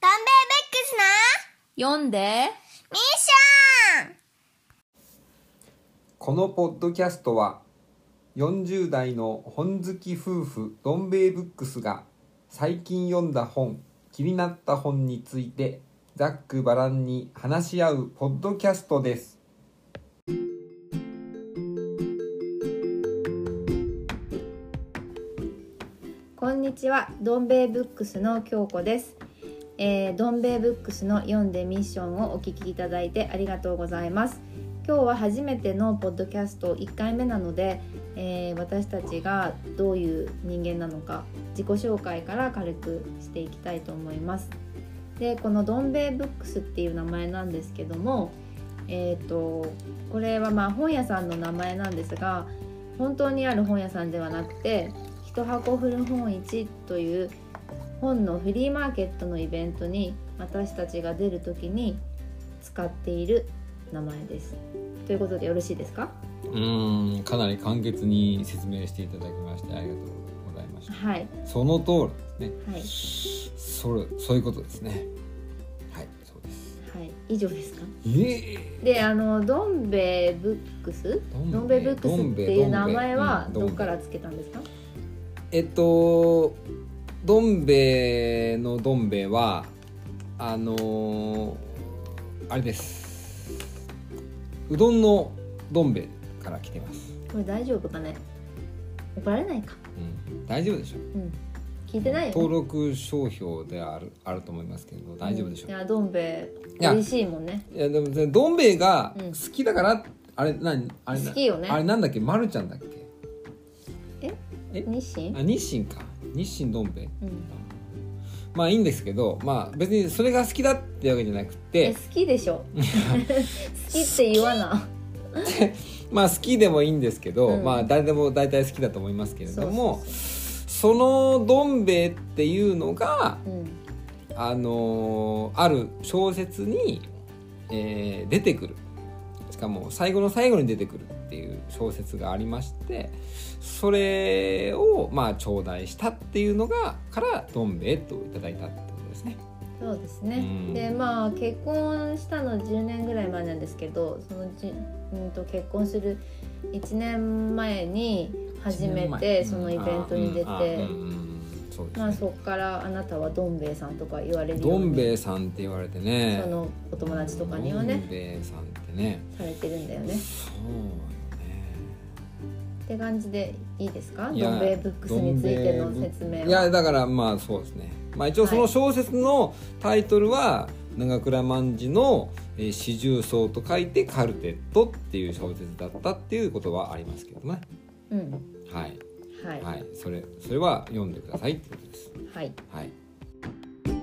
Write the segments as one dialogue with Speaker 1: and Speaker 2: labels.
Speaker 1: ガンベー
Speaker 2: 読んで
Speaker 1: ベックスなミッション
Speaker 3: このポッドキャストは40代の本好き夫婦どん兵衛ブックスが最近読んだ本気になった本についてざっくばらんに話し合うポッドキャストです
Speaker 4: こんにちは、どん兵衛ブックスの京子です。えー、どん兵衛ブックスの読んでミッションをお聞きいただいてありがとうございます。今日は初めてのポッドキャスト1回目なので、えー私たちがどういう人間なのか自己紹介から軽くしていきたいと思います。で、このどん兵衛ブックスっていう名前なんですけども、えー、とこれはまあ本屋さんの名前なんですが本当にある本屋さんではなくて一箱古本市という本のフリーマーケットのイベントに私たちが出る時に使っている名前です。ということでよろしいですか
Speaker 3: うんかなり簡潔に説明していただきましてありがとうございまし
Speaker 4: はい、
Speaker 3: たその通り
Speaker 4: は
Speaker 3: で
Speaker 4: い、
Speaker 3: すねそれそういうことですねはいそうです
Speaker 4: はい、以上ですか
Speaker 3: え
Speaker 4: であのどん兵衛ブックスどん兵衛ブックスっていう名前はどっからつけたんですか
Speaker 3: えっとどん兵衛のどん兵衛はあのーあれですうどんのどん兵衛から来てます、
Speaker 4: これ大丈夫かね怒られないか
Speaker 3: うん、大丈夫でしょう
Speaker 4: うん聞いてないよ
Speaker 3: 登録商標ではあるあると思いますけど大丈夫でしょ、
Speaker 4: いうやどん兵衛
Speaker 3: いや
Speaker 4: 美味しいもんね
Speaker 3: いやでもでどん兵衛が
Speaker 4: うん
Speaker 3: 好きだから、あれ何あれな
Speaker 4: 好きよね
Speaker 3: あれなんだっけまるちゃんだっけえ
Speaker 4: 日清
Speaker 3: あ日清か日清どん兵衛
Speaker 4: うん
Speaker 3: まあいいんですけどまあ別にそれが好きだってわけじゃなくて
Speaker 4: え好きで しょ好きって言わな
Speaker 3: まあ好きでもいいんですけど、
Speaker 4: うん
Speaker 3: まあ誰でも大体好きだと思いますけれどもそ
Speaker 4: そ
Speaker 3: うのどん兵衛っていうのが、
Speaker 4: うん
Speaker 3: あのーある小説に、えー出てくるしかも最後の最後に出てくるっていう小説がありましてそれをまあ頂戴したっていうのがからどん兵衛といただいたってことですね。
Speaker 4: そうですね、
Speaker 3: うん
Speaker 4: でまあ結婚したの10年ぐらい前なんですけどそのじ、うん、と結婚する1年前に初めてそのイベントに出
Speaker 3: うんあー
Speaker 4: て
Speaker 3: うんうんそうですね
Speaker 4: まあそっからあなたはどん兵衛さんとか言われるよ
Speaker 3: ど
Speaker 4: うん
Speaker 3: 兵
Speaker 4: に
Speaker 3: 衛さんって言われてね
Speaker 4: そのお友達とかには
Speaker 3: どん
Speaker 4: ね
Speaker 3: 兵衛さんってね
Speaker 4: されてるんだよ
Speaker 3: そ
Speaker 4: ね
Speaker 3: う
Speaker 4: って感じでいいですかど
Speaker 3: いや
Speaker 4: ん兵衛ブックスについての説明
Speaker 3: よ
Speaker 4: は
Speaker 3: ねいやだからまあそうですね、まあ、一応その小説のタイトルは「長倉万次のえー四重奏」と書いて「カルテット」っていう小説だったっていうことはありますけどね
Speaker 4: うん
Speaker 3: はい、
Speaker 4: はいは
Speaker 3: はい、それそれは読んでくださいってことです
Speaker 4: い、はい
Speaker 3: はい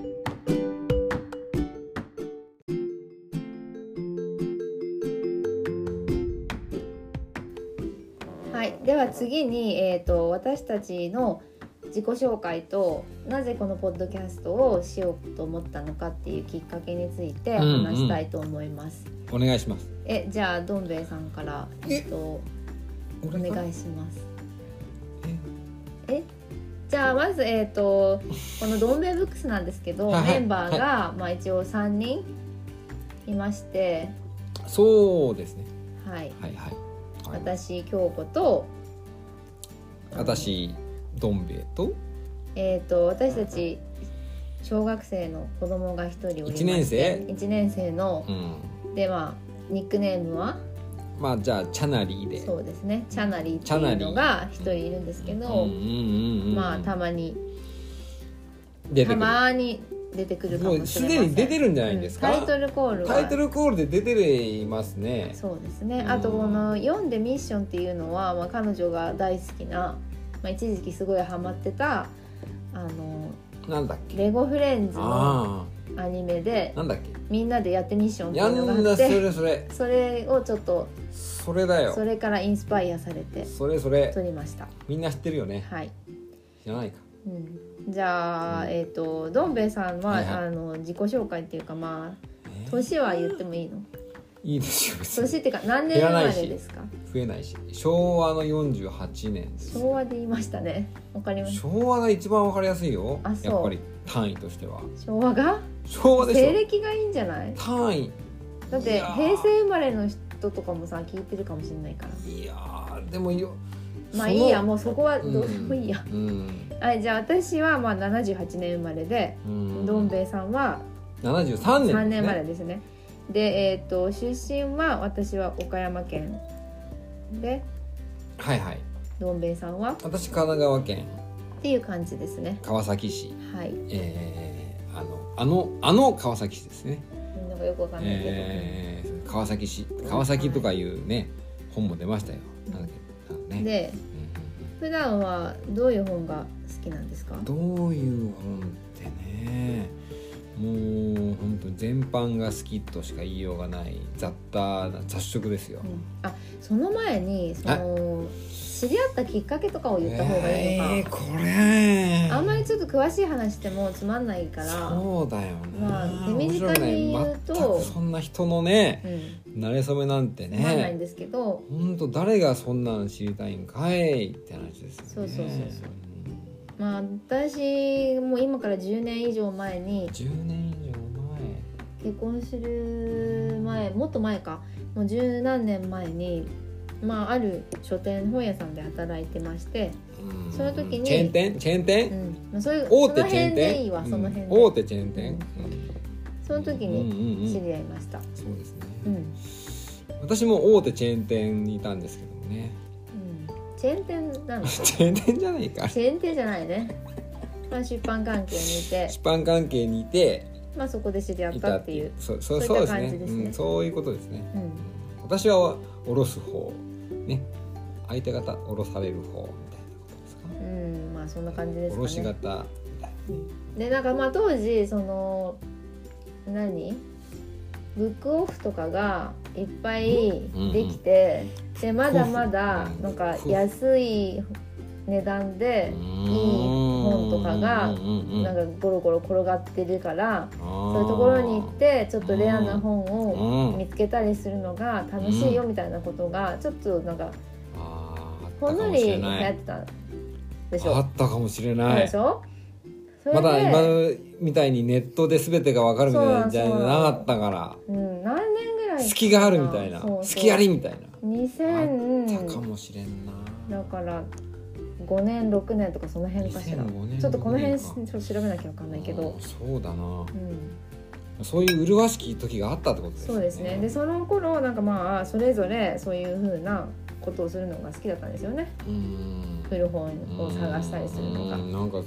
Speaker 4: では次に、えー、と私たちの自己紹介となぜこのポッドキャストをしようと思ったのかっていうきっかけについて
Speaker 3: うんうん
Speaker 4: 話したいと思います。
Speaker 3: お願いします
Speaker 4: えじゃあどん兵衛さんから、えっと、お
Speaker 3: お
Speaker 4: 願いします。えじゃあまず、えー、とこの「どん兵衛ブックス」なんですけど
Speaker 3: はいはい
Speaker 4: メンバーが、まあ、一応3人いまして、
Speaker 3: そうですね
Speaker 4: はい、
Speaker 3: はいはいはい
Speaker 4: 私京子と
Speaker 3: 私どん兵衛と
Speaker 4: えー、と私たち小学生の子供が一人おりまして
Speaker 3: 一年生
Speaker 4: 1年生の
Speaker 3: う、ん
Speaker 4: でまあニックネームは
Speaker 3: まあじゃあチャナリーで
Speaker 4: そうですねチャナリーっていうのが一人いるんですけど、
Speaker 3: うんうんうんうん
Speaker 4: まあたまに
Speaker 3: 出て
Speaker 4: た
Speaker 3: くる
Speaker 4: まに出てくるか
Speaker 3: も
Speaker 4: も
Speaker 3: う
Speaker 4: し
Speaker 3: す
Speaker 4: れま
Speaker 3: で
Speaker 4: せん
Speaker 3: に出てるんじゃないですか、
Speaker 4: うんタイトルコールは
Speaker 3: タイトルコールで出ていますね
Speaker 4: そうですね
Speaker 3: うん
Speaker 4: あとこの「読んでミッション」っていうのは、まあ、彼女が大好きな、まあ、一時期すごいハマってたあの
Speaker 3: なんだっけ
Speaker 4: レゴフレンズの
Speaker 3: あ
Speaker 4: アニメで
Speaker 3: あなんだっ
Speaker 4: みんなでやってミッションっ
Speaker 3: け
Speaker 4: て
Speaker 3: や
Speaker 4: いうの
Speaker 3: ん
Speaker 4: があ
Speaker 3: だ
Speaker 4: っ
Speaker 3: そ
Speaker 4: て
Speaker 3: れそれ
Speaker 4: それをちょっと
Speaker 3: それだよ
Speaker 4: それからインスパイアされて
Speaker 3: それそれ
Speaker 4: 撮りました
Speaker 3: みんな知ってるよね
Speaker 4: はい、
Speaker 3: 知らないか
Speaker 4: うん、じゃあえっ、とどん兵衛さんは、
Speaker 3: はいはい
Speaker 4: あの自己紹介っていうかま
Speaker 3: え
Speaker 4: あ
Speaker 3: ー
Speaker 4: 年は言ってもいいの
Speaker 3: いいですよ別に
Speaker 4: 年っていうか何年生まれですか
Speaker 3: 増えないし昭和の48年です
Speaker 4: 昭和で言いましたねわかりまし
Speaker 3: 昭和が一番わかりやすいよ
Speaker 4: あそう
Speaker 3: やっぱり単位としては
Speaker 4: た昭和が
Speaker 3: 昭和で
Speaker 4: 西
Speaker 3: し
Speaker 4: 暦がいいんじゃない
Speaker 3: ょ単位
Speaker 4: だっ
Speaker 3: い
Speaker 4: て
Speaker 3: やー
Speaker 4: 平成生まれの人とかもさ聞いてるかもしれないから
Speaker 3: いやーでもよ
Speaker 4: まあ
Speaker 3: そ
Speaker 4: い
Speaker 3: の
Speaker 4: いやもうそこはどうでもいいや、
Speaker 3: うん、
Speaker 4: はいじゃあ私はまあ78年生まれで、
Speaker 3: うん、
Speaker 4: どん兵衛さんは
Speaker 3: 73年、ね、
Speaker 4: 3年生まれですねでえっ、と出身は私は岡山県で
Speaker 3: はいはい
Speaker 4: どん兵衛さんはっ
Speaker 3: 私神奈川県
Speaker 4: ていう感じですね
Speaker 3: 川崎市
Speaker 4: はい
Speaker 3: えー、あのあのあの川崎市ですね、
Speaker 4: なんかよくわかんないけど、
Speaker 3: えー、川崎市川崎とかいうね本も出ましたよなんだっけあのね
Speaker 4: で
Speaker 3: う
Speaker 4: 普段はどういう本が好きなんですか
Speaker 3: んうんどういう本ってねもう本当全般が好きとしか言いようがない雑多な雑食ですよ、
Speaker 4: うんあその前にその知り合ったきっかけとかを言った方がいいのか、
Speaker 3: えー、これ
Speaker 4: あんまりちょっと詳しい話してもつまんないからう、
Speaker 3: そうだよね、
Speaker 4: まあ手
Speaker 3: 面白
Speaker 4: 短
Speaker 3: くない
Speaker 4: に言うと
Speaker 3: 全くそんな人のね
Speaker 4: ん、
Speaker 3: 慣れ初めなんて
Speaker 4: つまんないん
Speaker 3: ね
Speaker 4: ですけど、
Speaker 3: ほんと誰がそんなの知りたいんかいって話ですよね
Speaker 4: そうそうそうそうまあ私も今から10年以上前
Speaker 3: う
Speaker 4: に
Speaker 3: ん10年以
Speaker 4: 結婚する前もっと前かもう十何年前に、まあ、ある書店本屋さんで働いてまして、
Speaker 3: 上前、うん
Speaker 4: その時に
Speaker 3: チェーン店チェーン
Speaker 4: う
Speaker 3: 店、
Speaker 4: んまあ、そういう
Speaker 3: 大
Speaker 4: そ
Speaker 3: 手
Speaker 4: の
Speaker 3: チェーン
Speaker 4: 辺で
Speaker 3: 店
Speaker 4: いいわその辺で、
Speaker 3: うん大手チェーン店、
Speaker 4: その時
Speaker 3: うん
Speaker 4: に
Speaker 3: うんうん
Speaker 4: 知り合いました、
Speaker 3: そうですね、
Speaker 4: うん
Speaker 3: 私も大手チェーン店にいたんですけどもね
Speaker 4: うんチェーン店なのチ
Speaker 3: チェーン店じゃないか
Speaker 4: ェーン店じゃないね、まあ、出版関係にいて、
Speaker 3: 出版関係にいて
Speaker 4: まあ、そこで知り合っ
Speaker 3: い
Speaker 4: た
Speaker 3: た
Speaker 4: っ
Speaker 3: ってて
Speaker 4: い
Speaker 3: いううそうそう
Speaker 4: そ
Speaker 3: そうう
Speaker 4: いっ
Speaker 3: で
Speaker 4: た
Speaker 3: すね
Speaker 4: 感じですね
Speaker 3: うん、そういうことですね
Speaker 4: うん
Speaker 3: 私は下ろす方ね相手方下ろされる方みたいなことですか
Speaker 4: うんまあそんな感じです
Speaker 3: 下ろし
Speaker 4: かね
Speaker 3: 方みたいなね
Speaker 4: でなんかまあ当時その何ブックオフとかがいっぱいできて、でまだまだ
Speaker 3: うん
Speaker 4: なんか安い値段でいい本とかがなん
Speaker 3: か
Speaker 4: かゴロゴロ転がってるからそういうところに行ってちょっとレアな本を見つけたりするのが楽しいよみたいなことがちょっとなんかほんのり流行ってたでし
Speaker 3: あ
Speaker 4: ょ。
Speaker 3: ったかもしれ
Speaker 4: そう
Speaker 3: な
Speaker 4: で
Speaker 3: い
Speaker 4: しょそれ
Speaker 3: ま
Speaker 4: で
Speaker 3: だ今みたいにネットで全てが分かるみたいなじゃ
Speaker 4: そうな
Speaker 3: なんかったから
Speaker 4: うん、何年ぐらいかな
Speaker 3: 隙があるみたいな
Speaker 4: そうそう
Speaker 3: 隙ありみたいなあったか
Speaker 4: 2000
Speaker 3: もしれんな
Speaker 4: だから5年6年とかその辺かしら
Speaker 3: 2005年
Speaker 4: ちょっとこの辺
Speaker 3: か
Speaker 4: ちょっと調べなきゃわかんないけど
Speaker 3: うん、そうだな
Speaker 4: うん、
Speaker 3: そういう麗しき時があったってことですね
Speaker 4: そうですねでその頃なんかまあそれぞれそういう風なことをするのが好きだったんですよね
Speaker 3: うん
Speaker 4: 古本を探したりするのが
Speaker 3: う。んなんか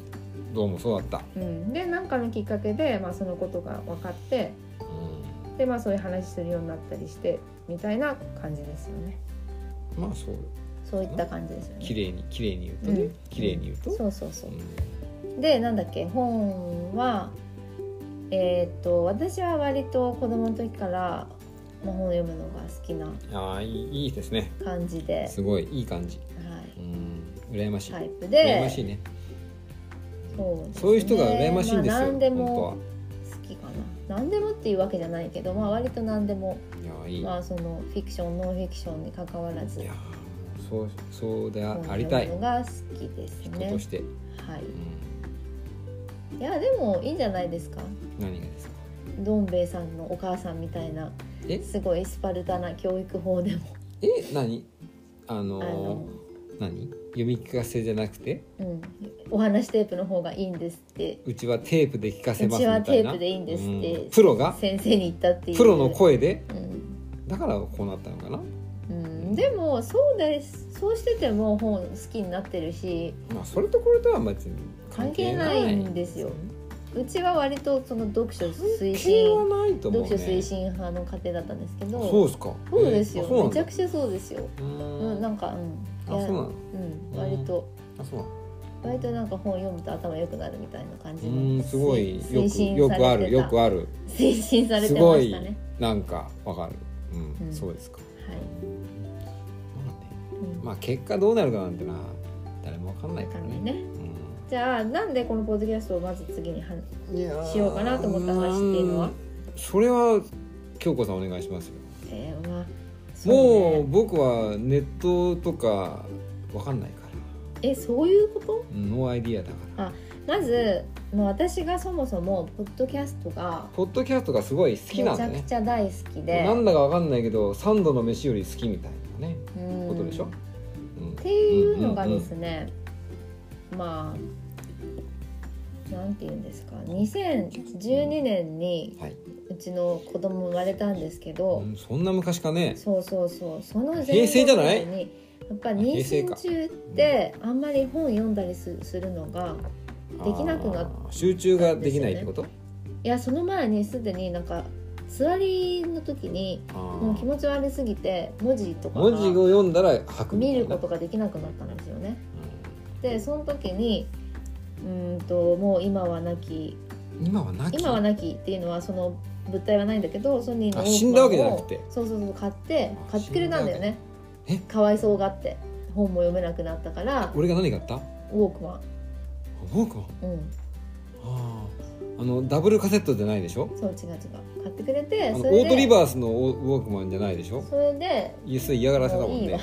Speaker 3: どうもそうだった
Speaker 4: うん、で何かのきっかけで、まあ、そのことが分かって
Speaker 3: うん
Speaker 4: で、まあ、そういう話するようになったりしてみたいな感じですよね
Speaker 3: まあそう
Speaker 4: そういった感じですよね。
Speaker 3: 綺麗に綺麗に言うとね
Speaker 4: うん
Speaker 3: 綺麗に言うと
Speaker 4: そうそうそう
Speaker 3: うん
Speaker 4: でなんだっけ本はえーっと私は割と子供の時からまあ本を読むのが好きな
Speaker 3: ああいいいいですね
Speaker 4: 感じで、
Speaker 3: すごいいい感じ
Speaker 4: は
Speaker 3: う
Speaker 4: い、
Speaker 3: ん羨ましい
Speaker 4: タイプ
Speaker 3: 羨ま
Speaker 4: で
Speaker 3: しいね
Speaker 4: そうですね
Speaker 3: そういう人が羨ましいんですよ
Speaker 4: まあ、何でも
Speaker 3: 本
Speaker 4: 好きかな何でもっていうわけじゃないけど、まあ、割と何でも、
Speaker 3: 当はいやいいい
Speaker 4: まあ、そのフィクションノンフィクションに関わらず
Speaker 3: やそうそうであ
Speaker 4: 本を
Speaker 3: ありた
Speaker 4: 読
Speaker 3: い
Speaker 4: むのが好きです
Speaker 3: 人
Speaker 4: ね
Speaker 3: として
Speaker 4: はい
Speaker 3: うん
Speaker 4: いやでもいいんじゃないですか
Speaker 3: 何がですか
Speaker 4: どん兵衛さんのお母さんみたいな
Speaker 3: え
Speaker 4: すごいスパルタな教育法でも
Speaker 3: え何あ
Speaker 4: あの
Speaker 3: の何読み聞かせじゃなくて
Speaker 4: うん、お話テープの方がいいんですって
Speaker 3: うちはテープで聞かせます
Speaker 4: う
Speaker 3: み
Speaker 4: ち
Speaker 3: たい
Speaker 4: は
Speaker 3: な
Speaker 4: テープでいいんですって
Speaker 3: うんプロが
Speaker 4: 先生に言ったっていう
Speaker 3: プロの、声で
Speaker 4: うん
Speaker 3: だからこうなったのかな
Speaker 4: うん、でもそうですそうしてても本好きになってるし
Speaker 3: まあそれとこれとは別に関係ない
Speaker 4: 関係ないんですようちは割とその読書
Speaker 3: 関係
Speaker 4: 推
Speaker 3: は
Speaker 4: 進、
Speaker 3: ないと思う
Speaker 4: 読
Speaker 3: ね
Speaker 4: 書推進派の家庭だったんですけど
Speaker 3: そうですか
Speaker 4: そうですよ、
Speaker 3: えーあそうなん
Speaker 4: めち
Speaker 3: だ
Speaker 4: ゃくちゃそうですよ、
Speaker 3: う
Speaker 4: うんん、なんか、うん、い
Speaker 3: あ
Speaker 4: や
Speaker 3: そうなの
Speaker 4: うん、割と
Speaker 3: あそうなの
Speaker 4: 割となんか本読むと頭良くなるみたいな感じ
Speaker 3: う
Speaker 4: の
Speaker 3: んすごいよ
Speaker 4: 推
Speaker 3: く
Speaker 4: 進
Speaker 3: よ
Speaker 4: されてた
Speaker 3: くあるよくある
Speaker 4: 推進され
Speaker 3: す
Speaker 4: てま
Speaker 3: ご
Speaker 4: し
Speaker 3: い
Speaker 4: たね
Speaker 3: なんかわかるう
Speaker 4: うん
Speaker 3: んそうですか
Speaker 4: はい
Speaker 3: まあね
Speaker 4: うん
Speaker 3: まあ結果どうなるかなんてな誰もわかんない
Speaker 4: わ
Speaker 3: か
Speaker 4: からんない
Speaker 3: ね
Speaker 4: ねじゃあなんでこのポッドキャストをまず次には
Speaker 3: うんいやー
Speaker 4: しようかなと思った話っていうのは
Speaker 3: んそれは京子さんお願いしますよ
Speaker 4: えーそう
Speaker 3: も
Speaker 4: ね
Speaker 3: う僕はネットとかわかんないから
Speaker 4: えそういうこと
Speaker 3: ノーアイディアだから
Speaker 4: まずもう私がそもそもポッドキャストが
Speaker 3: ポッドキャストがすごい好き
Speaker 4: めち
Speaker 3: な
Speaker 4: ゃ
Speaker 3: んだ
Speaker 4: く
Speaker 3: ね
Speaker 4: ちゃ大好きで、
Speaker 3: なんだかわかんないけど三度の飯より好きみたいなね
Speaker 4: うん
Speaker 3: ことでしょ
Speaker 4: っ
Speaker 3: うん
Speaker 4: ていうのがですね、まあなんて言うんですか2012年に
Speaker 3: はい、
Speaker 4: うちの子供生まれたんですけど、
Speaker 3: うんそんな昔かね
Speaker 4: そうそうそうその
Speaker 3: 平成じゃない
Speaker 4: 前後にやっぱ妊
Speaker 3: 平成か
Speaker 4: 娠中ってあんまり本読んだりすするのができなくなっ
Speaker 3: あー集中ができないってこと、
Speaker 4: いやその前にすでになんか座りの時に
Speaker 3: あー
Speaker 4: もう気持ち悪すぎて文字とか
Speaker 3: 文字
Speaker 4: が
Speaker 3: を読んだら吐くみ
Speaker 4: 見
Speaker 3: たい
Speaker 4: る
Speaker 3: な
Speaker 4: ことができなくなったんですよね。でその時にうーんともう今は亡き
Speaker 3: うん今はなき
Speaker 4: 今は亡きっていうのはその物体はないんだけどソニーの
Speaker 3: あ死んだわけじゃなくて
Speaker 4: そうそうそう買って
Speaker 3: あ
Speaker 4: 買ってくれたんだ
Speaker 3: 死
Speaker 4: よね
Speaker 3: んだわけえ
Speaker 4: かわいそうがあって本も読めなくなったから
Speaker 3: 俺が何買ったウ
Speaker 4: ウォークマ
Speaker 3: ォークマン
Speaker 4: ン、うん、
Speaker 3: あーあのダブルカセットじゃないでしょ
Speaker 4: そう違う違う買ってくれて
Speaker 3: あの
Speaker 4: そ
Speaker 3: オ
Speaker 4: れ
Speaker 3: ートリ
Speaker 4: で
Speaker 3: バースのウォークマンじゃないでしょ
Speaker 4: それで
Speaker 3: いやそれ嫌がらせだもん
Speaker 4: もういい
Speaker 3: ね
Speaker 4: わ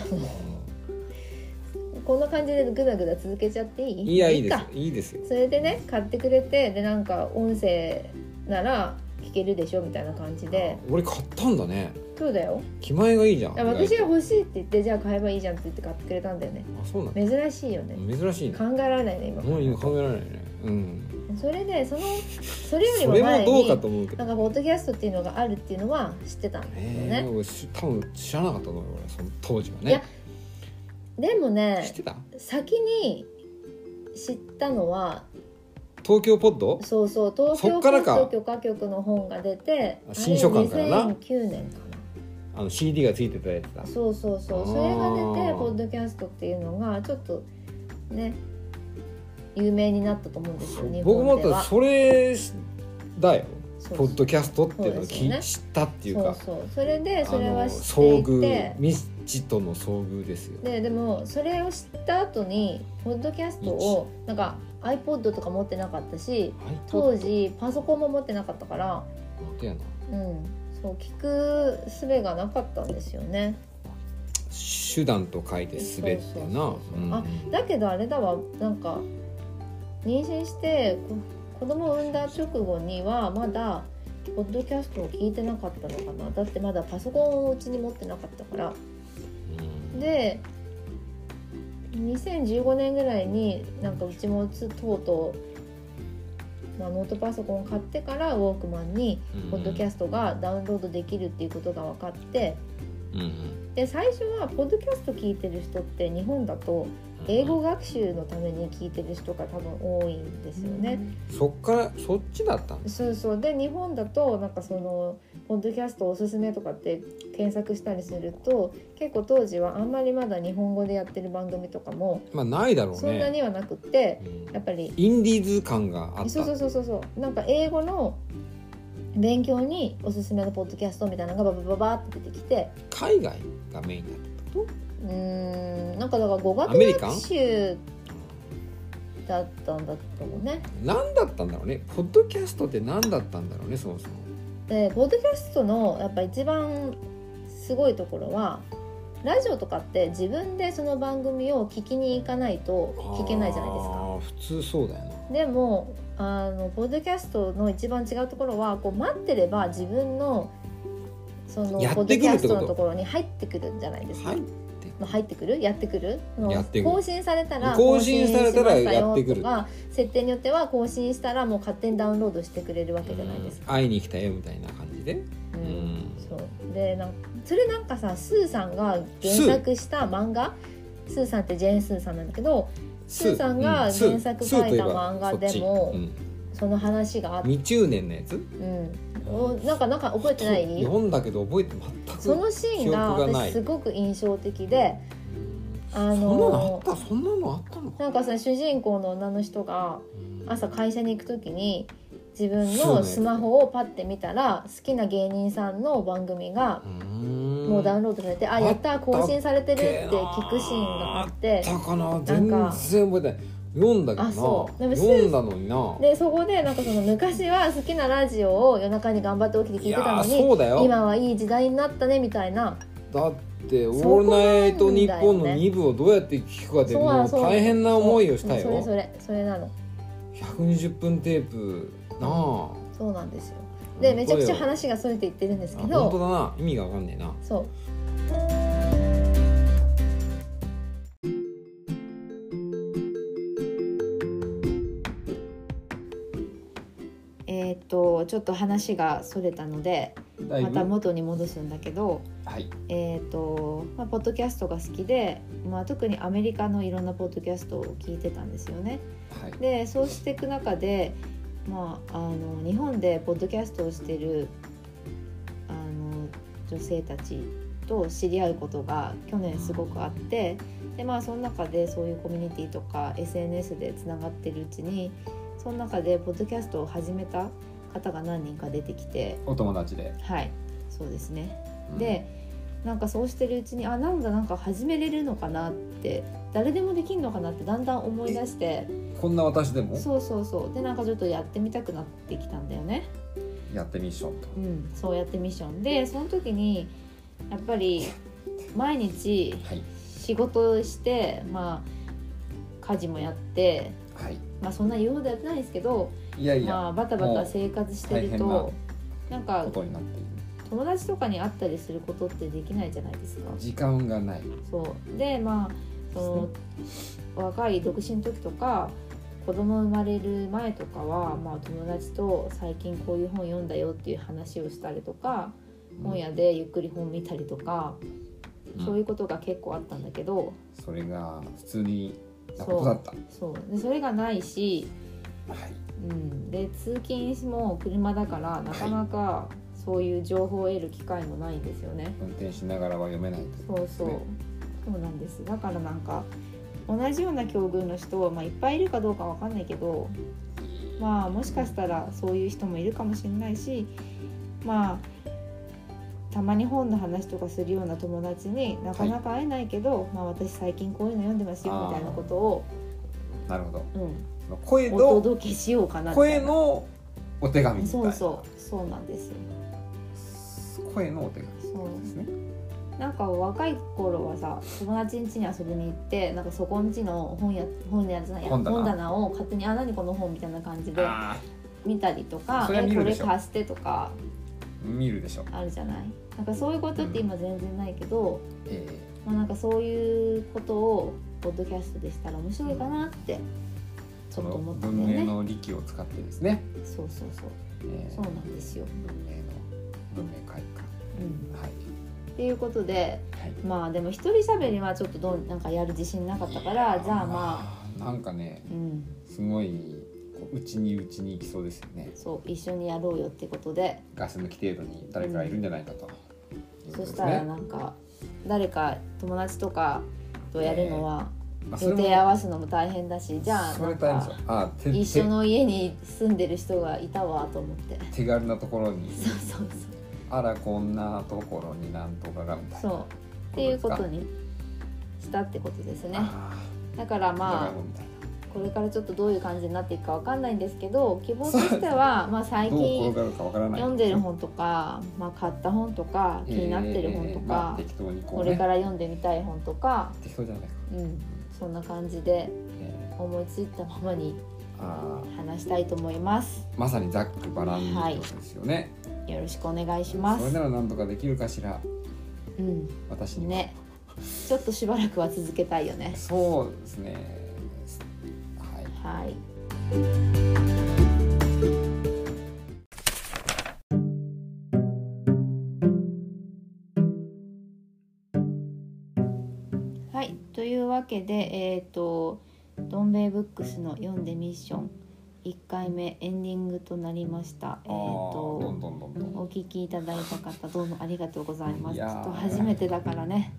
Speaker 4: こんな感じでグダグダ続けちゃってい
Speaker 3: うん
Speaker 4: い
Speaker 3: いやいいです
Speaker 4: か
Speaker 3: よいいですよ
Speaker 4: それでね買ってくれてでなんか音声なら聞けるでしょみたいな感じで
Speaker 3: 俺買ったんだね
Speaker 4: そうだよ
Speaker 3: 気前がいいじゃん
Speaker 4: あ私が
Speaker 3: 意外と
Speaker 4: 欲しいって言ってじゃあ買えばいいじゃんって言って買ってくれたんだよね
Speaker 3: あそうなんだ
Speaker 4: 珍しいよね
Speaker 3: 珍しいね
Speaker 4: 考えられないね今
Speaker 3: もう今考えられないねうん
Speaker 4: それでそのそれより
Speaker 3: そ
Speaker 4: も
Speaker 3: れも
Speaker 4: 前
Speaker 3: どう
Speaker 4: に
Speaker 3: かと思うけ
Speaker 4: な
Speaker 3: ど
Speaker 4: んかポッドキャストっていうのがあるっていうのは知ってたんだよ
Speaker 3: ええ
Speaker 4: ね、
Speaker 3: 俺し多分知らなかったと思うよ俺その当時はい
Speaker 4: や
Speaker 3: ね
Speaker 4: でも
Speaker 3: 知っ
Speaker 4: ね
Speaker 3: てた
Speaker 4: 先に知ったのは
Speaker 3: 東京ポッド
Speaker 4: そうそう東
Speaker 3: そっ
Speaker 4: 京
Speaker 3: か
Speaker 4: ポ
Speaker 3: ら
Speaker 4: ス
Speaker 3: か
Speaker 4: ト許可局の本が出て
Speaker 3: あ新書館からな
Speaker 4: あれ2009年かな
Speaker 3: あの CD がついてたやつだ
Speaker 4: そうそうそ
Speaker 3: あー
Speaker 4: うそれが出てポッドキャストっていうのがちょっとね有名になったと思うんですよ日
Speaker 3: 僕
Speaker 4: 本
Speaker 3: も
Speaker 4: では
Speaker 3: それだよ
Speaker 4: そう
Speaker 3: ポッドキャストっていうのを
Speaker 4: そう
Speaker 3: き
Speaker 4: です
Speaker 3: 知ったっていうか
Speaker 4: そうそうそれでそれ
Speaker 3: あ
Speaker 4: は
Speaker 3: の
Speaker 4: 知って
Speaker 3: 遭
Speaker 4: いて
Speaker 3: 遇未知との遭遇ですよ
Speaker 4: ででもそれを知った後にポッドキャストをなんか iPod とか持ってなかったし
Speaker 3: はい
Speaker 4: 当時パソコンも持ってなかったから
Speaker 3: 本当やな
Speaker 4: うんそう聞く術がなかったんですよね
Speaker 3: 手段と書いてすべってな
Speaker 4: そうそうそうそう
Speaker 3: うん
Speaker 4: あだけどあれだわなんか妊娠してこ子供を産んだ直後にはまだポッドキャストを聞いてなかったのかなだってまだパソコンをうちに持ってなかったから
Speaker 3: うん
Speaker 4: で2015年ぐらいになんかうちもつとうとう、まあ、ノートパソコンを買ってからウォークマンに
Speaker 3: うん
Speaker 4: ポッドキャストがダウンロードできるっていうことが分かって
Speaker 3: うんうん
Speaker 4: で最初はポッドキャスト聞いてる人って日本だと英語学習のために聞いてる人が多分多いんですよね。
Speaker 3: そっからそっちだったんです
Speaker 4: そうそうで日本だとなんかそのポッドキャストおすすめとかって検索したりすると結構当時はあんまりまだ日本語でやってる番組とかも
Speaker 3: まあないだろうね
Speaker 4: そんなにはなくって
Speaker 3: うん
Speaker 4: やっぱり
Speaker 3: インディーズ感があった
Speaker 4: そうそうそうそうそうなんか英語の勉強におすすめのポッドキャストみたいなのがババババって出てきて
Speaker 3: 海外がメインだったってこ
Speaker 4: うーんなんかだから語
Speaker 3: ア
Speaker 4: 学
Speaker 3: メリカン
Speaker 4: 学習だったんだと思うね。
Speaker 3: と何だったんだろうねポッドキャストって何だったんだろうねそもそも
Speaker 4: でポッドキャストのやっぱ一番すごいところはラジオとかって自分でその番組を聞きに行かないと聞けないじゃないですか。
Speaker 3: あー普通そうだよな
Speaker 4: でもあのポッドキャストの一番違うところはこう待ってれば自分のその
Speaker 3: や
Speaker 4: ポ
Speaker 3: っ
Speaker 4: ッド
Speaker 3: て
Speaker 4: キ
Speaker 3: くるっ
Speaker 4: ャ
Speaker 3: てこと
Speaker 4: ストのところに入ってくるんじゃないですか。
Speaker 3: はい
Speaker 4: まあ、入ってくるやってくる
Speaker 3: やってくる
Speaker 4: 更新されたら
Speaker 3: 更新されたら
Speaker 4: 更新しましたよ
Speaker 3: やってくる
Speaker 4: とか設定によっては更新したらもう勝手にダウンロードしてくれるわけじゃないですか。
Speaker 3: 会いに来たよみたいな感じで
Speaker 4: う
Speaker 3: うんん
Speaker 4: そうでなんそれなんかさスーさんが原作した漫画スーさんってジェーン・スーさんなんだけどスーさんが
Speaker 3: うスー
Speaker 4: 原作
Speaker 3: スーとえば
Speaker 4: 書いた漫画
Speaker 3: そっち
Speaker 4: でも
Speaker 3: うん
Speaker 4: その話があって、
Speaker 3: 未中年のやつ
Speaker 4: うん、おなんかなんか覚えてない
Speaker 3: 読んだけど覚えて全く
Speaker 4: そのシーンが
Speaker 3: 記憶がない
Speaker 4: 私すごく印象的であ
Speaker 3: そんなの
Speaker 4: の
Speaker 3: あったそんなのあったのか
Speaker 4: なんかさ主人公の女の人が朝会社に行く時に自分のスマホをパッて見たら好きな芸人さんの番組がも
Speaker 3: も
Speaker 4: うダウンロードされて「あやった更新されてる」って聞くシーンがあって
Speaker 3: あったかな全然覚えてない読んだけ
Speaker 4: あ
Speaker 3: ど
Speaker 4: そうで
Speaker 3: な
Speaker 4: も
Speaker 3: 読んだのにな
Speaker 4: でそこでなんかその昔は好きなラジオを夜中に頑張って起きて聞いてたの
Speaker 3: いやーそうだよ
Speaker 4: に今はいい時代になったねみたいな
Speaker 3: だって「
Speaker 4: そ
Speaker 3: オー
Speaker 4: こ
Speaker 3: ル
Speaker 4: なんだよ
Speaker 3: ナ
Speaker 4: ね
Speaker 3: イトニッポン」の2部をどうやって聞くかで
Speaker 4: そうな
Speaker 3: も
Speaker 4: の
Speaker 3: う
Speaker 4: そうなの
Speaker 3: 大変な思いをした
Speaker 4: それそ
Speaker 3: よ
Speaker 4: れそれなの
Speaker 3: 120分テープなあ
Speaker 4: そうなんですよでめちゃくちゃ話がそれていってるんです
Speaker 3: あ
Speaker 4: け
Speaker 3: 本当
Speaker 4: ど
Speaker 3: だな意味がわかんねえな
Speaker 4: そうえーっとちょっと話がそれたので
Speaker 3: だい
Speaker 4: ま
Speaker 3: ぶ
Speaker 4: た元に戻すんだけど、
Speaker 3: はい
Speaker 4: えーとまあ、ポッドキャストが好きで、まあ、特にアメリカのいろんなポッドキャストを聞いてたんですよね。
Speaker 3: はい
Speaker 4: でそうしていく中で、まあ、あの日本でポッドキャストをしてるあの女性たちと知り合うことが去年すごくあってで、まあ、その中でそういうコミュニティとか SNS でつながってるうちにその中でポッドキャストを始めた方が何人か出てきて
Speaker 3: お友達で、
Speaker 4: はいそうですね。
Speaker 3: うん
Speaker 4: でなんかそうしてるうちにあなんだなんか始めれるのかなって誰でもできるのかなってだんだん思い出して
Speaker 3: こんな私でも
Speaker 4: そうそうそうでなんかちょっとやってみたくなってきたんだよね、
Speaker 3: やってみっしょと
Speaker 4: うん、そうやってミッションでその時にやっぱり毎日
Speaker 3: はい
Speaker 4: 仕事してまあ家事もやって
Speaker 3: はい
Speaker 4: まあそんな言うほどやってないんですけど、
Speaker 3: いやい
Speaker 4: ま
Speaker 3: や
Speaker 4: あ、バタバタ生活してる
Speaker 3: も
Speaker 4: と
Speaker 3: う
Speaker 4: なんか
Speaker 3: ことになっている
Speaker 4: 友達とかに会ったりすることってできないじゃないですか。
Speaker 3: 時間がない
Speaker 4: そうでまあその若い独身の時とか子供生まれる前とかは、まあ、友達と最近こういう本読んだよっていう話をしたりとか本屋でゆっくり本見たりとか、
Speaker 3: うん
Speaker 4: そういうことが結構あったんだけど
Speaker 3: それが普通になことだった
Speaker 4: そうでそれがないし、
Speaker 3: はい
Speaker 4: うん、で通勤も車だからなかなかそういう情報を得る機会もないんですよね。
Speaker 3: 運転しながらは読めないと
Speaker 4: そうそう、
Speaker 3: ね
Speaker 4: そうなんですだからなんか同じような境遇の人は、まあ、いっぱいいるかどうかわかんないけどまあもしかしたらそういう人もいるかもしれないしまあたまに本の話とかするような友達になかなか会えないけど、まあ、私最近こういうの読んでますよみたいなことを、
Speaker 3: なるほど
Speaker 4: うん、
Speaker 3: その声の
Speaker 4: お届けしようかなみた
Speaker 3: 声
Speaker 4: いな
Speaker 3: のお手紙みたい
Speaker 4: そう
Speaker 3: な
Speaker 4: そうそうなんですよ
Speaker 3: 声のお手紙
Speaker 4: そう
Speaker 3: ですね
Speaker 4: なんか若い頃はさ友達ん家に遊びに行ってなんかそこん家の本や本屋じゃない
Speaker 3: 本棚
Speaker 4: 本棚を勝手に「あ何この本」みたいな感じで
Speaker 3: あ
Speaker 4: 見たりとか
Speaker 3: そ
Speaker 4: 「
Speaker 3: れは
Speaker 4: え
Speaker 3: 見
Speaker 4: こ
Speaker 3: る
Speaker 4: れ
Speaker 3: でしょ
Speaker 4: 貸して」とか
Speaker 3: ー見るでしょう、
Speaker 4: あるじゃないなんかそういうことって今全然ないけど、
Speaker 3: え
Speaker 4: まあ、なんかそういうことをポッドキャストでしたら面白いかなって
Speaker 3: ー、
Speaker 4: ち
Speaker 3: そ
Speaker 4: ょっ
Speaker 3: の
Speaker 4: と思ったん
Speaker 3: 文
Speaker 4: だよ
Speaker 3: 明
Speaker 4: ね。
Speaker 3: の力を使ってですね、
Speaker 4: そうそうそう
Speaker 3: えー
Speaker 4: そうなんですよ、
Speaker 3: 文明の文明開化
Speaker 4: うん、
Speaker 3: はい
Speaker 4: っていうことで
Speaker 3: はい
Speaker 4: まあでも一人喋りはちょっとどうなんかやる自信なかったからじゃあまあ
Speaker 3: あなんかね
Speaker 4: うん
Speaker 3: すごいこううちにうちに行きそうですよね
Speaker 4: そう一緒にやろうよってことで
Speaker 3: ガス抜き程度に誰かがいるんじゃないかと、いうこと
Speaker 4: そ
Speaker 3: ですね
Speaker 4: したらなんか誰か友達とかとやるのは
Speaker 3: まあそれ
Speaker 4: 予
Speaker 3: も
Speaker 4: 定合わすのも大変だしじゃあ
Speaker 3: そ
Speaker 4: な
Speaker 3: れ
Speaker 4: ん
Speaker 3: 大変ですよ
Speaker 4: か
Speaker 3: あ手手
Speaker 4: 一緒の家に住んでる人がいたわと 思って
Speaker 3: 手軽なところに
Speaker 4: そうそう
Speaker 3: あらこんなところになんとかがみた
Speaker 4: そ
Speaker 3: い
Speaker 4: うそ
Speaker 3: な
Speaker 4: うっていうことにしたってことですね
Speaker 3: あ
Speaker 4: だから
Speaker 3: ーじゃ
Speaker 4: ま
Speaker 3: がいもみたい
Speaker 4: あこれからちょっとどういう感じになっていくかわかんないんですけど希望とし てはまあ
Speaker 3: な
Speaker 4: 最
Speaker 3: どう
Speaker 4: 近
Speaker 3: 転がるかわからない
Speaker 4: 読んでる本とか、まあ、買った本とか気になってる本と
Speaker 3: えーまあ
Speaker 4: か、
Speaker 3: 適当にこ
Speaker 4: こ
Speaker 3: う
Speaker 4: れ
Speaker 3: ね
Speaker 4: から読んでみたい本とか、
Speaker 3: 適当じゃないか、
Speaker 4: うん、そんな感じで
Speaker 3: え
Speaker 4: 思いついたままに
Speaker 3: ーあー
Speaker 4: 話したいと思います。
Speaker 3: まさにざっくばらんにってことですよね、
Speaker 4: よろしくお願いしま
Speaker 3: それな
Speaker 4: す。
Speaker 3: らなんとかできるかしら
Speaker 4: うん、
Speaker 3: 私には
Speaker 4: ね、ちょっとしばらくは続けたいよね。
Speaker 3: そうですねはい
Speaker 4: はい。はい、というわけで、えっ、と、ドンベイブックスの読んでミッション。一回目エンディングとなりました。えっ、
Speaker 3: あーど
Speaker 4: と
Speaker 3: ん。どんどんどん
Speaker 4: お聞きいただいた方、どうもありがとうございま
Speaker 3: い
Speaker 4: す。ちょ
Speaker 3: やー
Speaker 4: っと初めてだからね。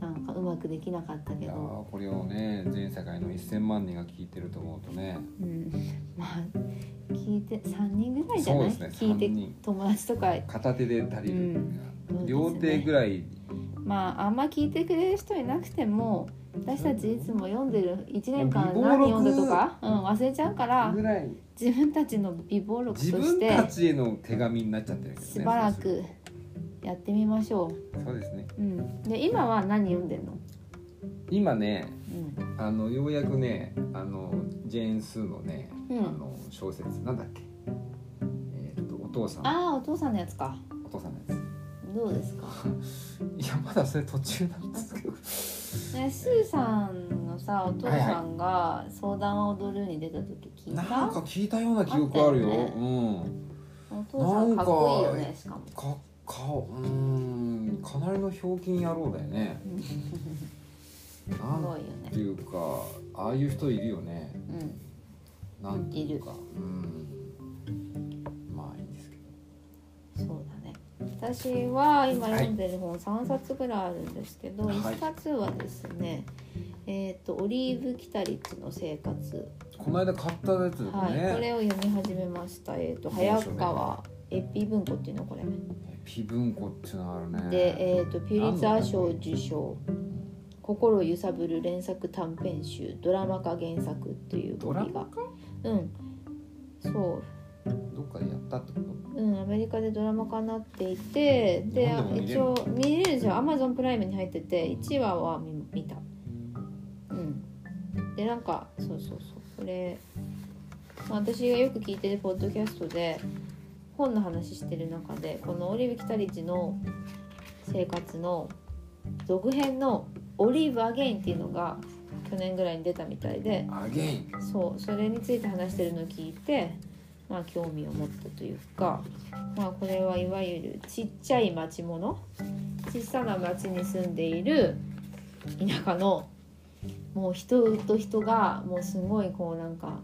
Speaker 4: なんかうまくできなかった
Speaker 3: い
Speaker 4: け
Speaker 3: やー
Speaker 4: ど。
Speaker 3: これをね全世界の1000万人が聞いてると思うとね
Speaker 4: うんまあ聞いて3人ぐらいじゃない、
Speaker 3: そうですね
Speaker 4: 聞い
Speaker 3: 3
Speaker 4: て
Speaker 3: 人
Speaker 4: 友達とか
Speaker 3: 片手で足りる、
Speaker 4: うん
Speaker 3: 両手ぐらい
Speaker 4: まああんま聞いてくれる人いなくても私たちいつも読んでる1年間
Speaker 3: 微暴
Speaker 4: 何
Speaker 3: 録
Speaker 4: 読んだとか、うん、忘れちゃうから
Speaker 3: ぐらい
Speaker 4: 自分たちの備忘録
Speaker 3: 自
Speaker 4: とし
Speaker 3: 分
Speaker 4: て
Speaker 3: たちへの手紙になっちゃってるけどね
Speaker 4: しばら
Speaker 3: そうする
Speaker 4: く
Speaker 3: と
Speaker 4: やってみましょ
Speaker 3: そうですね
Speaker 4: う、うん、で今は何読んでんの、
Speaker 3: 今ね
Speaker 4: うん、
Speaker 3: あのようやくねあのジェーン・スーのね、
Speaker 4: うん
Speaker 3: あの小説なんだっけ、えー、とお父さん
Speaker 4: ああお父さんのやつか
Speaker 3: お父さんのや
Speaker 4: どうですか
Speaker 3: ついやまだそれ途中なんですけど
Speaker 4: ねスーさんのさお父さんが「相談は踊る」に出た時聞いた、
Speaker 3: なんか聞いたような記憶あるよ
Speaker 4: あったよね
Speaker 3: うん
Speaker 4: お父さんかっこいいよ
Speaker 3: なん
Speaker 4: ねしかも
Speaker 3: か顔うーんかなりのひょうきん野郎だよ ね
Speaker 4: うんす
Speaker 3: な
Speaker 4: ご
Speaker 3: ん
Speaker 4: いよね
Speaker 3: ていうかああいう人いるよね
Speaker 4: うん
Speaker 3: なんていうか
Speaker 4: いう
Speaker 3: ーんまあいいんですけど
Speaker 4: そうだね私は今読んでる本3冊ぐらいあるんですけど、
Speaker 3: はい
Speaker 4: 1冊はですねえっ、とオリーブ・キタリッツの生活
Speaker 3: この間買ったやつだよ
Speaker 4: はい、
Speaker 3: ね、
Speaker 4: これを読み始めました。えっ、
Speaker 3: ど
Speaker 4: と
Speaker 3: うしようね
Speaker 4: 早川エピ文庫っていうのこれ。
Speaker 3: ピ文庫っていうのあるね
Speaker 4: で、えっ、とピュリツァー賞受賞。心を揺さぶる連作短編集ドラマ化原作という
Speaker 3: ドラ
Speaker 4: 帯
Speaker 3: マ
Speaker 4: が
Speaker 3: か
Speaker 4: うんそ
Speaker 3: どっかでやったってこと
Speaker 4: ううんアメリカでドラマ化になっていてで
Speaker 3: 日本でも見れる
Speaker 4: 一
Speaker 3: の
Speaker 4: 応見れるじゃんアマゾンプライムに入ってて1話は見見たうんでなんかそうそうそうこれ、まあ、私がよく聞いてるポッドキャストで本の話してる中でこのオリビ・キタリッチの生活の続編の「オリーブ・アゲイン」っていうのが去年ぐらいに出たみたいで
Speaker 3: アゲイン
Speaker 4: そうそれについて話してるのを聞いてまあ興味を持ったというかまあこれはいわゆるちっちゃい町物小さな町に住んでいる田舎のもう人と人がもうすごいこうなんか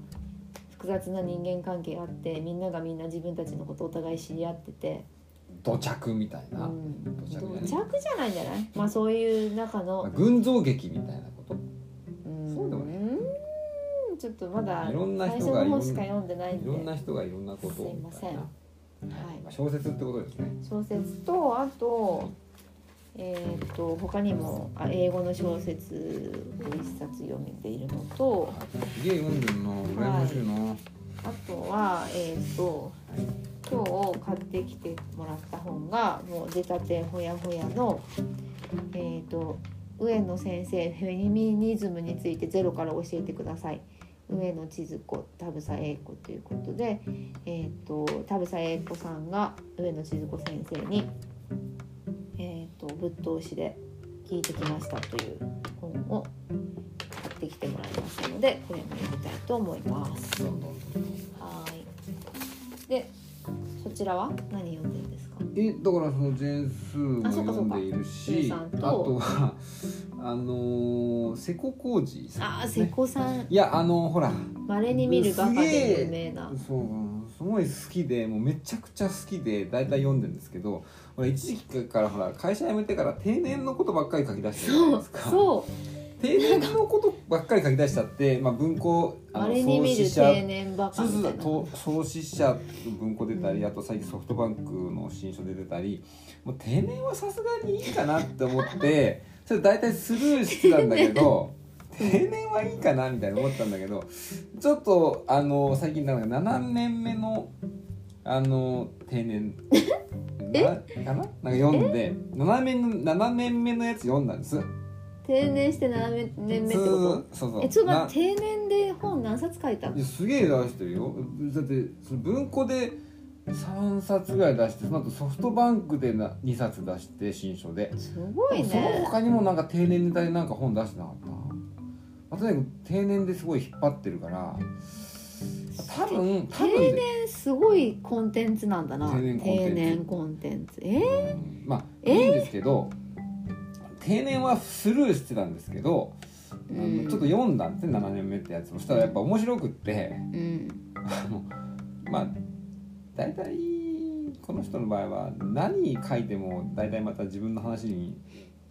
Speaker 4: 複雑な人間関係があってみんながみんな自分たちのことをお互い知り合ってて、
Speaker 3: 土着みたいうな、
Speaker 4: ん、
Speaker 3: 土着だね
Speaker 4: 土着じゃないんじゃないまあそういう中の、
Speaker 3: まあ群像劇みたいなこと
Speaker 4: うん
Speaker 3: そうでもね
Speaker 4: うんちょっとまだ
Speaker 3: いろんな
Speaker 4: 最
Speaker 3: 人
Speaker 4: 初
Speaker 3: がい
Speaker 4: の
Speaker 3: ろん
Speaker 4: 本しか読んでないん
Speaker 3: い
Speaker 4: で
Speaker 3: ろんな人がいろんなことを
Speaker 4: すいません
Speaker 3: みたいな
Speaker 4: はい
Speaker 3: まあ小説ってことですね
Speaker 4: 小説とあと,、えー、と他にもあ英語の小説を一冊読んでいるのと
Speaker 3: すげえ読んでるな羨ましいな、
Speaker 4: あとはえっ、と今日買ってきてもらった本がもう出たてほやほやのえっ、と上野先生フェミニズムについてゼロから教えてください上野千鶴子田房英子ということで、えー、と田房英子さんが上野千鶴子先生に、えー、とぶっ通しで聞いてきましたという本を買ってきてもらいましたのでこれも読みたいと思います。
Speaker 3: どんどんどんどん
Speaker 4: はーい。で、そちらは何読んでるんですか。
Speaker 3: えだからそのジェーン・スーも
Speaker 4: あそうか
Speaker 3: 読
Speaker 4: そうんか
Speaker 3: でいるし
Speaker 4: ジェ
Speaker 3: あ
Speaker 4: ーンさんと
Speaker 3: とはあのー瀬古浩二
Speaker 4: あ
Speaker 3: さん
Speaker 4: あ、
Speaker 3: です
Speaker 4: 瀬
Speaker 3: ね
Speaker 4: 古さん、
Speaker 3: いやあのーほら
Speaker 4: 稀に見るバカで有名な。
Speaker 3: そううんすごい好きでもうめちゃくちゃ好きで大体読んでるんですけど俺一時期からほら会社辞めてから定年のことばっかり書き出してるじゃない
Speaker 4: そ
Speaker 3: で
Speaker 4: う
Speaker 3: すか、
Speaker 4: そ
Speaker 3: 定年のことばっかり書き出しちゃって、まあ、文庫
Speaker 4: う、
Speaker 3: あの
Speaker 4: 稀に見る
Speaker 3: 創始
Speaker 4: 定
Speaker 3: 者
Speaker 4: 年バカ
Speaker 3: そうそ
Speaker 4: み
Speaker 3: うそ
Speaker 4: たいな。
Speaker 3: うと創始者文庫出たりあと最近ソフトバンクの新書で出たりもう定年はさすがにいいかなって思って それ大体スルーしてたんだけど定年はいいかなみたいな思ったんだけどちょっとあの最近なんか7年目のあの定 年
Speaker 4: え
Speaker 3: なかななんか読んで7年の7年目のやつ読んだんです。
Speaker 4: 定年して七年目ってこ
Speaker 3: そうそ
Speaker 4: と。
Speaker 3: う
Speaker 4: え、ちょっと
Speaker 3: な
Speaker 4: 待って、定年で本何冊書いた
Speaker 3: い。やすげえ出してるよだってその文庫で3冊ぐらい出してその後ソフトバンクでな2冊出して新書です
Speaker 4: ごい
Speaker 3: その
Speaker 4: ね。
Speaker 3: 他にもなんか定年ネタでなんか本出してなかったなまあとにかく定年ですごい引っ張ってるから多分多分で、
Speaker 4: 定年すごいコンテンツなんだな。
Speaker 3: 定年コンテンツ
Speaker 4: 定年コンテンツ。え、
Speaker 3: うんまあい
Speaker 4: え
Speaker 3: いんですけど定年はスルーしてたんですけど、あの
Speaker 4: うん
Speaker 3: ちょっと読んだんですね7年目ってやつそしたらやっぱ面白くって。
Speaker 4: うん、
Speaker 3: あのまあ大体この人の場合は何書いても大体また自分の話に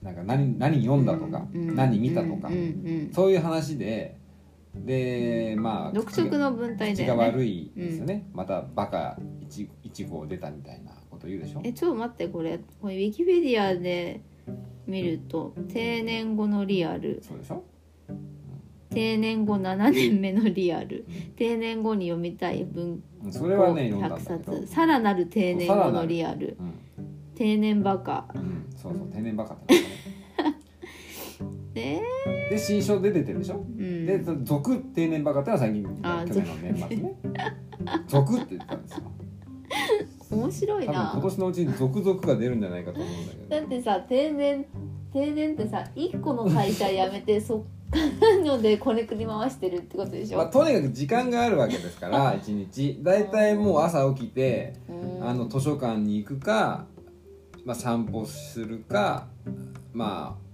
Speaker 3: なんか何何読んだとか、
Speaker 4: うん
Speaker 3: 何見たとか、
Speaker 4: うんうん
Speaker 3: そういう話ででま
Speaker 4: う
Speaker 3: あ
Speaker 4: ん、独特の文体
Speaker 3: 口
Speaker 4: だ
Speaker 3: が
Speaker 4: よね。
Speaker 3: 悪いですよね、またバカ一一号出たみたいなこと言うでしょ
Speaker 4: えちょっと待ってこれこれウィキペディアで見ると定年後のリアル
Speaker 3: そうでしょ
Speaker 4: 定年後7年目のリアル定年後に読みたい文
Speaker 3: うんそ
Speaker 4: 庫
Speaker 3: れはね読んだん
Speaker 4: 100
Speaker 3: だけど、
Speaker 4: 冊さらなる定年後のリアル
Speaker 3: うん
Speaker 4: 定年バカ
Speaker 3: うんそうそう定年バカってなったね
Speaker 4: で、
Speaker 3: で新章で出てるでしょ
Speaker 4: う
Speaker 3: で
Speaker 4: ん、
Speaker 3: 続定年バカってのは最近去
Speaker 4: あー
Speaker 3: 年の年末 ね続って言ったんですよ
Speaker 4: 面白い
Speaker 3: 多分今
Speaker 4: な
Speaker 3: 年のうちに続々が出るんじゃないかと思うんだけど
Speaker 4: だってさ定年定年ってさ1個の会社辞 めてそっからのでこねくり回してるってことでしょ、
Speaker 3: まあ、とにかく時間があるわけですから一日大体もう朝起きて
Speaker 4: うん
Speaker 3: あの図書館に行くか、まあ、散歩するかまあ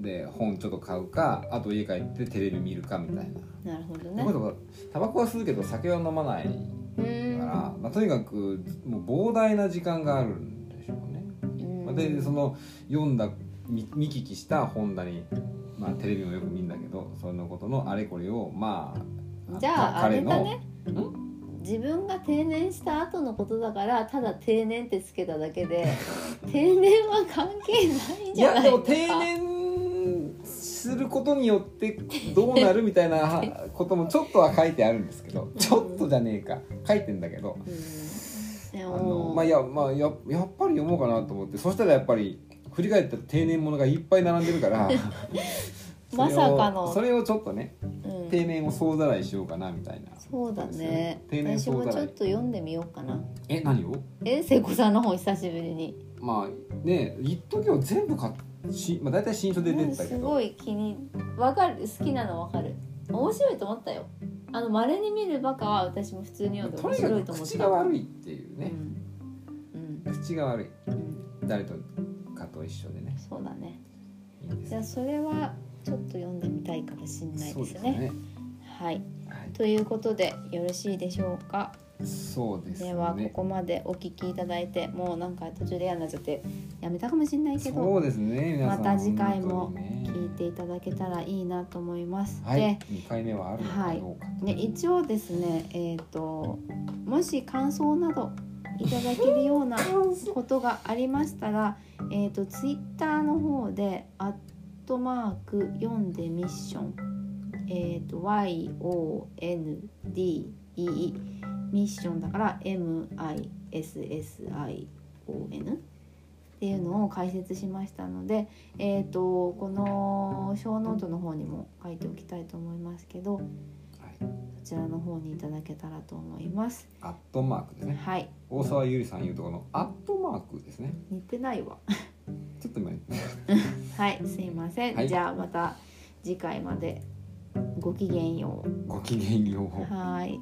Speaker 3: で本ちょっと買うかあと家帰ってテレビ見るかみたいな。
Speaker 4: なるほど
Speaker 3: と
Speaker 4: ね
Speaker 3: いうことはタバコは吸うけど酒は飲まないか
Speaker 4: う
Speaker 3: ら、
Speaker 4: ん
Speaker 3: まあ、とにかくもう膨大な時間があるんでしょうね。まあでその読んだ見見聞きした本だに、まあ、テレビもよく見るんだけどそのことのあれこれをまあ
Speaker 4: じゃあ
Speaker 3: か
Speaker 4: あれ
Speaker 3: 彼の
Speaker 4: だね自分が定年した後のことだからただ定年ってつけただ けで定年は関係ないん
Speaker 3: い
Speaker 4: じ
Speaker 3: や
Speaker 4: ゃない
Speaker 3: で
Speaker 4: の
Speaker 3: も
Speaker 4: か
Speaker 3: 定年することによってどうなるみたいな はこともちょっとは書いてあるんですけどちょっとじゃねえか書いてんだけど
Speaker 4: うんで
Speaker 3: あの
Speaker 4: も
Speaker 3: まあいやまあややっぱり読もうかなと思ってそしたらやっぱり振り返ったら定年ものがいっぱい並んでるからそれを
Speaker 4: まさかの
Speaker 3: それをちょっとね
Speaker 4: うん
Speaker 3: 定年を総ざらいしようかなみたいな
Speaker 4: そうだね
Speaker 3: 定年
Speaker 4: 私も
Speaker 3: 相
Speaker 4: ち
Speaker 3: 談
Speaker 4: ょっと読んでみようかな
Speaker 3: え何を
Speaker 4: え聖子さんの本久しぶりに
Speaker 3: まあね一時は全部買っし、まあ、大体新書で出てたけ
Speaker 4: す
Speaker 3: ど、
Speaker 4: ごい気にわかる好きなのわかる面白いと思ったよあの稀に見るバカは私も普通に読んで
Speaker 3: と
Speaker 4: 面
Speaker 3: にか
Speaker 4: 白い
Speaker 3: く
Speaker 4: と思った
Speaker 3: 口が悪いっていうね、
Speaker 4: うん
Speaker 3: 口が悪い
Speaker 4: うん、うん、
Speaker 3: 誰とかと一緒でね
Speaker 4: そうだね
Speaker 3: いいんです
Speaker 4: じゃあそれはちょっと読んでみたいかもしれない
Speaker 3: そう
Speaker 4: で
Speaker 3: ですす
Speaker 4: ね
Speaker 3: ね
Speaker 4: は
Speaker 3: は
Speaker 4: い
Speaker 3: い
Speaker 4: ということでよろしいでしょうか
Speaker 3: そうです
Speaker 4: ではこ
Speaker 3: ね
Speaker 4: こまでお聞きいただいてもうなんか途中で嫌になっちゃってやめたかもしれないけど
Speaker 3: そうですね皆さん
Speaker 4: また次回も
Speaker 3: 本当にね
Speaker 4: 聞いていただけたらいいなと思います、
Speaker 3: はい二回目はあるのかどうかと、
Speaker 4: でね一応ですねえっ、ともし感想などいただけるようなことがありましたらえっ、とツイッターの方で「アットマーク読んでミッション」えっ、と YONDEE ミッションだから MISSION っていうのを解説しましたのでえー、とこの小ノートの方にも書いておきたいと思いますけど
Speaker 3: はい、
Speaker 4: そちらの方にいただけたらと思います
Speaker 3: アットマークですね
Speaker 4: はい
Speaker 3: 大沢優里さんいうところのアットマークですね
Speaker 4: 似てないわ
Speaker 3: ちょっと今ね
Speaker 4: はいすいません、
Speaker 3: はい
Speaker 4: じゃあまた次回までごきげんよ
Speaker 3: ごきげんよう
Speaker 4: うはい